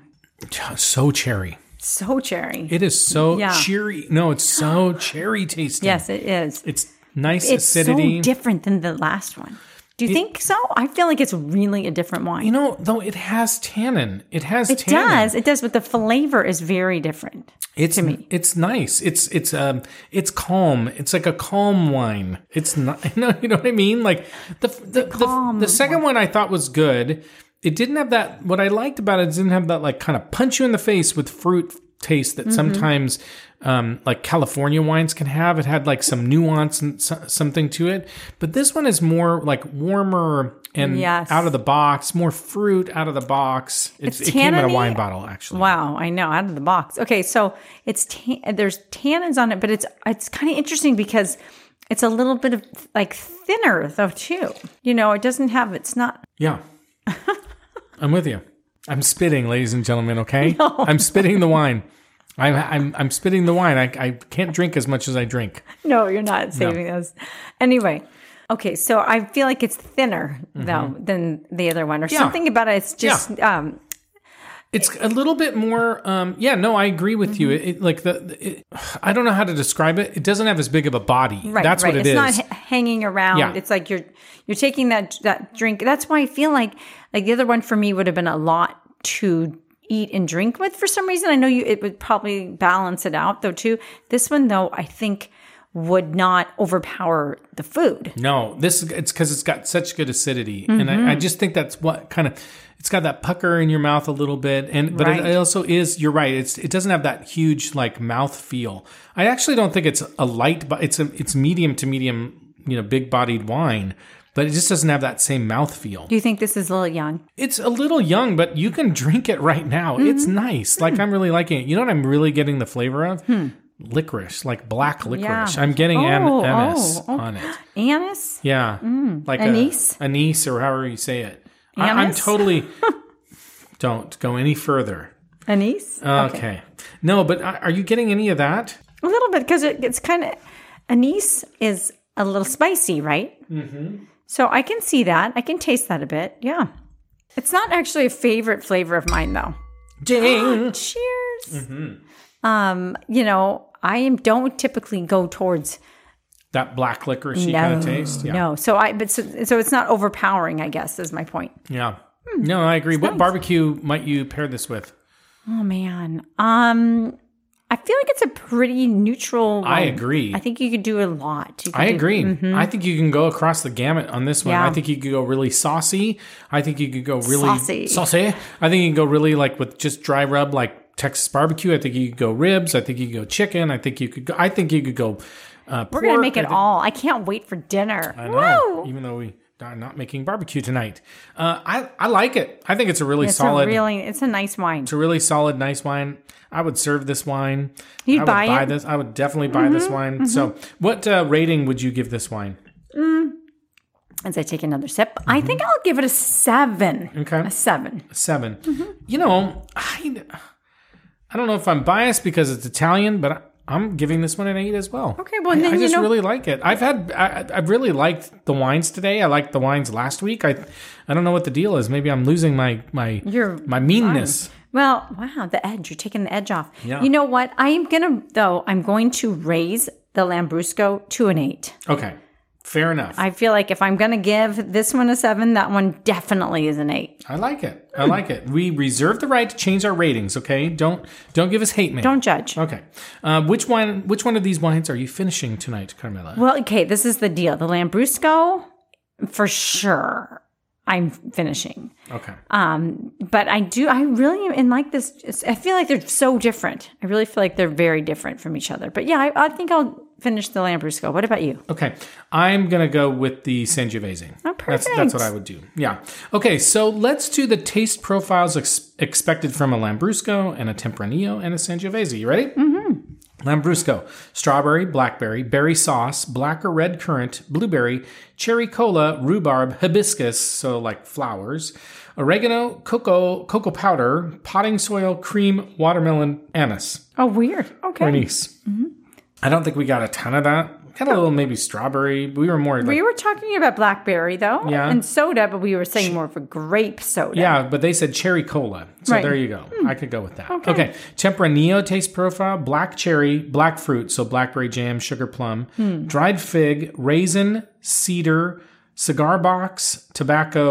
So cherry. So cherry. It is so Yeah. cheery. No, it's so cherry tasting. yes, it is. It's nice It's acidity. so different than the last one. Do you think so? I feel like it's really a different wine. you know, though it has tannin. It has it tannin. does. It does, but the flavor is very different. It's it's nice. It's it's um it's calm. It's like a calm wine. It's not no, you know what I mean? Like the the the, the, second one I thought was good. It didn't have that what I liked about it, is it didn't have that like kind of punch you in the face with fruit taste Mm-hmm. that sometimes um like California wines can have. It had like some nuance and so, something to it. But this one is more like warmer and Yes. out of the box, more fruit out of the box. It's, It's it came in a tanniny. wine bottle actually. Wow, I know, out of the box. Okay, so it's tan- there's tannins on it, but it's it's kind of interesting because it's a little bit of like thinner though too. You know, it doesn't have it's not Yeah. I'm with you. I'm spitting, ladies and gentlemen, okay? I'm spitting the wine. I'm, I'm, I'm spitting the wine. I, I can't drink as much as I drink. No, you're not saving us. Anyway, okay, so I feel like it's thinner Mm-hmm. though than the other one, or something about it. It's just um, It's a little bit more. Um, yeah, no, I agree with you. Mm-hmm. It, it- like the, it, I don't know how to describe it. It doesn't have as big of a body. right. That's right. what it is. it's not h- hanging around. Yeah. It's like you're you're taking that that drink. That's why I feel like like the other one for me would have been a lot to eat and drink with for some reason. I know you it would probably balance it out though too. This one though, I think would not overpower the food. No, this is- it's because it's got such good acidity, and I, Mm-hmm. I just think that's what kind of it's got that pucker in your mouth a little bit, and but Right. it, it also is. You're right. It's it doesn't have that huge like mouth feel. I actually don't think it's a light, but it's a it's medium to medium, you know, big bodied wine. But it just doesn't have that same mouth feel. Do you think this is a little young? It's a little young, but you can drink it right now. Mm-hmm. It's nice. Mm. Like I'm really liking it. You know what I'm really getting the flavor of? Licorice, like black licorice. I'm getting an- Hmm. Oh, anise oh, oh. on it. Anise? Yeah, like Mm. Anise? a, anise or however you say it. I, I'm Anise? totally. don't go any further. Anise? Okay. No, but are are you getting any of that? A little bit because it, it's kind of anise is a little spicy, right? Mm-hmm. So I can see that. I can taste that a bit. Yeah. It's not actually a favorite flavor of mine, though. Ding. Cheers. Mm-hmm. Um, you know, I am- don't typically go towards that black licorice no, kind of taste. Yeah. no. So I, but so, so it's not overpowering. I guess is my point. Yeah. Hmm. No, I agree. What barbecue might you pair this with? Oh man. Um, I feel like it's a pretty neutral. I one. agree. Oh, I think you could do a lot. You could I do- Mm-hmm. agree. I think you can go across the gamut on this one. Yeah. I think you could go really saucy. I think you could go really Saucy. saucy. I think you can go really like with just dry rub like Texas barbecue. I think you could go ribs. I think you could go chicken. I think you could go I think you could go uh, We're gonna make it all. I can't wait for dinner. I know, even though we are not making barbecue tonight. Uh, I I like it. I think it's a really It's solid a really, it's a nice wine. it's a really solid, nice wine. I would serve this wine. You'd I would buy buy it? Mm-hmm. this. I would definitely buy this wine. So, what uh, rating would you give this wine? As I take another sip, I think I'll give it a seven. Mm-hmm. Okay. A seven. 7 You know, I, I don't know if I'm biased because it's Italian, but I, I'm giving this one an eight as well. Okay, well, then I you just know- really like it. I've had I, I've really liked the wines today. I liked the wines last week. I I don't know what the deal is. Maybe I'm losing my my Your my meanness. Well, wow, the edge. You're taking the edge off. Yeah. You know what? I am gonna though. I'm going to raise the Lambrusco to an eight. Okay, fair enough. I, I feel like if I'm gonna give this one a seven, that one definitely is an eight. like it. I like it. We reserve the right to change our ratings. Okay, don't don't give us hate mail. Don't judge. Okay, uh, which one? Which one of these wines are you finishing tonight, Carmela? Well, okay, this is the deal. The Lambrusco, for sure, I'm finishing. Okay, but I do. I really am in like this. I feel like they're so different. I really feel like they're very different from each other. But yeah, I, I think I'll finish the Lambrusco. What about you? Okay, I'm gonna go with the Sangiovese. Oh, That's, perfect. that's what I would do. Yeah. Okay, so let's do the taste profiles ex- expected from a Lambrusco and a Tempranillo and a Sangiovese. You ready? Mm-hmm. Lambrusco: strawberry, blackberry, berry sauce, black or red currant, blueberry, cherry cola, rhubarb, hibiscus, so like flowers, oregano, cocoa, cocoa powder, potting soil, cream, watermelon, anise, Oh, weird. Okay. Mm-hmm. anise. I don't think we got a ton of that kind of a little maybe strawberry. We were more like, We were talking about blackberry though, Yeah. and soda, but we were saying more of a grape soda. yeah, but they said cherry cola. So Right. Hmm. there you go. I could go with that. Okay. Tempranillo taste profile: black cherry, black fruit, so blackberry jam, sugar plum, Hmm. dried fig, raisin, cedar, cigar box, tobacco,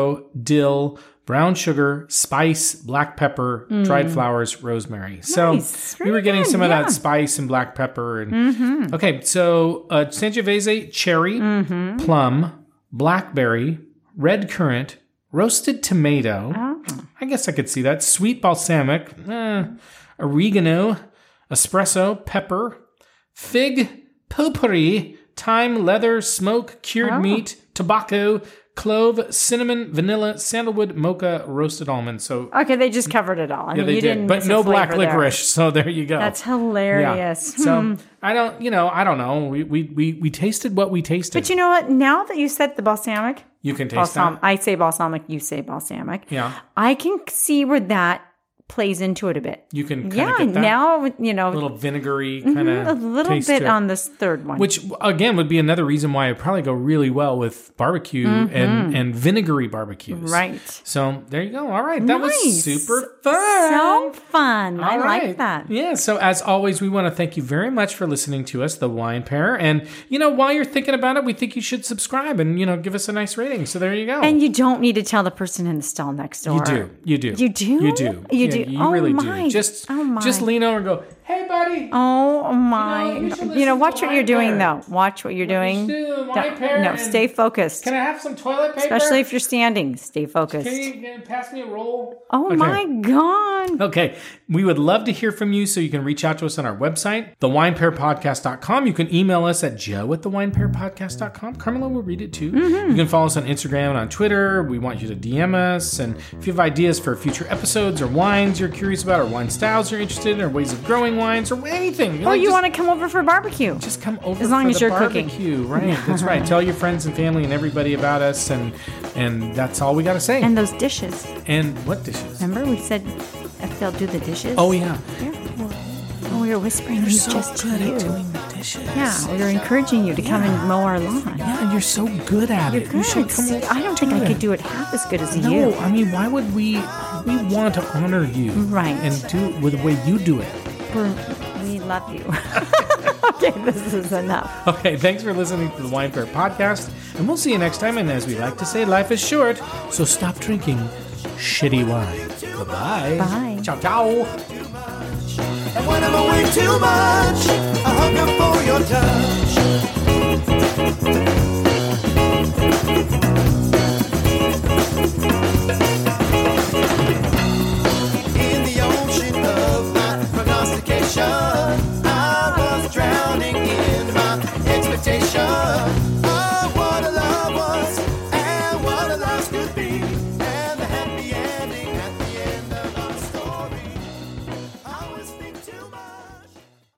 dill. Brown sugar, spice, black pepper, dried flowers, rosemary. So Hmm. Nice. we were Really getting good. some of Yeah. Mm-hmm. that spice and black pepper. And okay, so uh, Sangiovese, cherry, plum, blackberry, red currant, roasted tomato. Ah. I guess I could see that. Sweet balsamic, eh, oregano, espresso, pepper, fig, potpourri, thyme, leather, smoke, cured Oh. meat, tobacco, clove, cinnamon, vanilla, sandalwood, mocha, roasted almonds. So Okay, they just covered it all. I mean, they Oh, you did, didn't but miss a no black flavor there. licorice. So there you go. That's hilarious. Hmm. So I don't, you know, I don't know. We we we, we tasted what we tasted. But you know what? Now that you said the balsamic, you, can taste balsam, that. I say balsamic, you say balsamic. Yeah, I can see where that plays into it a bit. you can. Kind Yeah, of get that now you know little vinegary kind of a little taste to bit it. on this third one. Which again would be another reason why it probably go really well with barbecue and and vinegary barbecues. Mm-hmm. right. So there you go. All right, that was Nice. super fun. So fun. I All like right. that. Yeah. So as always, we want to thank you very much for listening to us, the Wine Pair. And you know, while you're thinking about it, we think you should subscribe and you know give us a nice rating. So there you go. And you don't need to tell the person in the stall next door. you do. You do. You do? You do. You Yeah, do. You Oh, really my. do. Just Oh, my. just lean over and go, hey buddy. Oh my! You know, you should you listen to know watch what my you're doing though. parents. Watch what you're doing. do, my Don't- no, parents. stay focused. Can I have some toilet paper? Especially if you're standing, stay Can focused. you can you pass me a roll? Oh Okay. my god! Okay. We would love to hear from you, so you can reach out to us on our website, thewinepairpodcast.com. You can email us at joe at thewinepairpodcast.com. Carmela will read it too. Mm-hmm. You can follow us on Instagram and on Twitter. We want you to DM us. And if you have ideas for future episodes or wines you're curious about, or wine styles you're interested in, or ways of growing wines, or anything. Or Oh, you want to come over for barbecue? just come over As long for as the you're cooking. barbecue, right? That's right. Tell your friends and family and everybody about us, and and that's all we got to say. And, And those dishes. what dishes? Remember we said if they'll do the dishes? oh yeah, Yeah. Oh, we were whispering these just to you. Yeah, we were encouraging you to come and mow our lawn. yeah. And you're so good at it. You Good. should come. See, over I don't and think I could it. do it half as good as No, you. I mean, why would we? We want to honor you, Right. And do it with the way you do it. We're, we love you. okay, this is enough. Okay, thanks for listening to the Wine Fair podcast, and we'll see you next time. And as we like to say, life is short, so stop drinking shitty wine. Bye-bye. Bye. Ciao, ciao. And when I'm away too much, I hunger for your touch. In the ocean of my prognostication, I was drowning in my expectation.